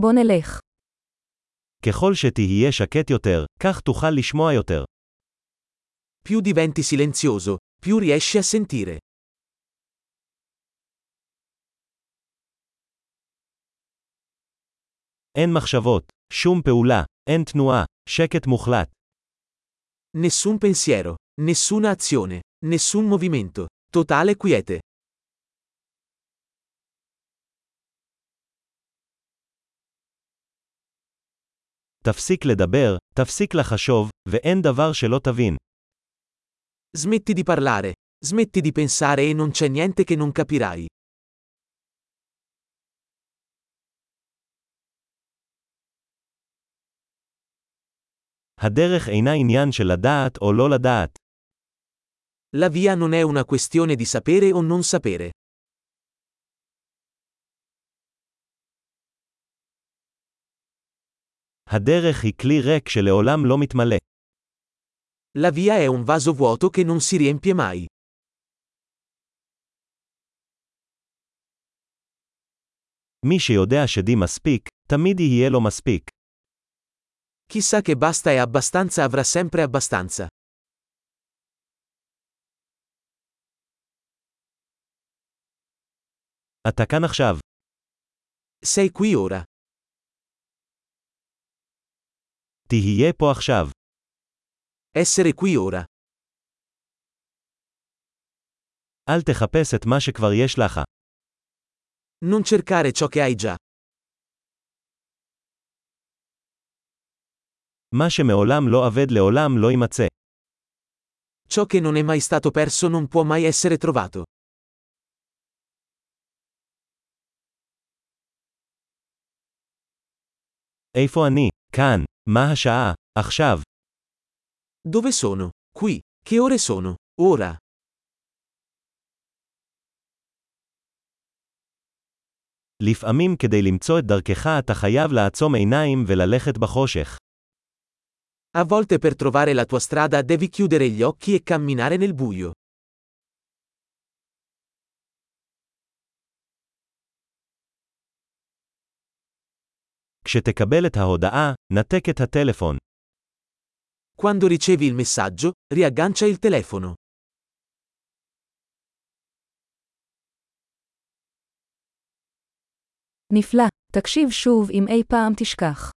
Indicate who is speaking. Speaker 1: בוא נלך.
Speaker 2: ככל שתהיה שקט יותר, כך תוכל לשמוע יותר.
Speaker 3: Più diventi silenzioso, più riesci a sentire.
Speaker 2: אין מחשבות, שום פעולה, אין תנועה, שקט מוחלט.
Speaker 3: Nessun pensiero, nessuna azione, nessun movimento, totale quiete.
Speaker 2: תפסיק לדבר, תפסיק לחשוב, ואין דבר שלא תבין.
Speaker 3: Smetti di parlare, smetti di pensare e non c'è niente che non capirai.
Speaker 2: הדרך אינה עניין של לדעת או לא לדעת.
Speaker 3: La via non è una questione di sapere o non sapere.
Speaker 2: הדרך היא כלי ריק שלעולם לא מתמלא.
Speaker 3: La via è un vaso vuoto che non si riempie mai.
Speaker 2: מי שיודע שדי מספיק, תמיד יהיה לו מספיק.
Speaker 3: Chissà che basta e abbastanza avrà sempre abbastanza.
Speaker 2: אתה כאן עכשיו.
Speaker 3: Sei qui ora.
Speaker 2: תהיה פה עכשיו.
Speaker 3: Essere qui ora.
Speaker 2: אל תחפש את מה שכבר יש לך.
Speaker 3: Non cercare ciò che hai già.
Speaker 2: מה שמעולם לא אבד לעולם לא יימצא.
Speaker 3: Ciò che non è mai stato perso non può mai essere trovato.
Speaker 2: איפה אני? כאן. מה השעה? עכשיו.
Speaker 3: Dove sono? Qui. Che ore sono? Ora.
Speaker 2: לפעמים כדי למצוא את דרכך אתה חייב לעצום עיניים וללכת בחושך.
Speaker 3: A volte per trovare la tua strada devi chiudere gli occhi e camminare nel buio.
Speaker 2: כשתקבל את ההודעה, נתק את הטלפון.
Speaker 3: Quando ricevi il messaggio, riaggancia il telefono.
Speaker 1: נפלא. תקשיב שוב אם אי פעם תשכח.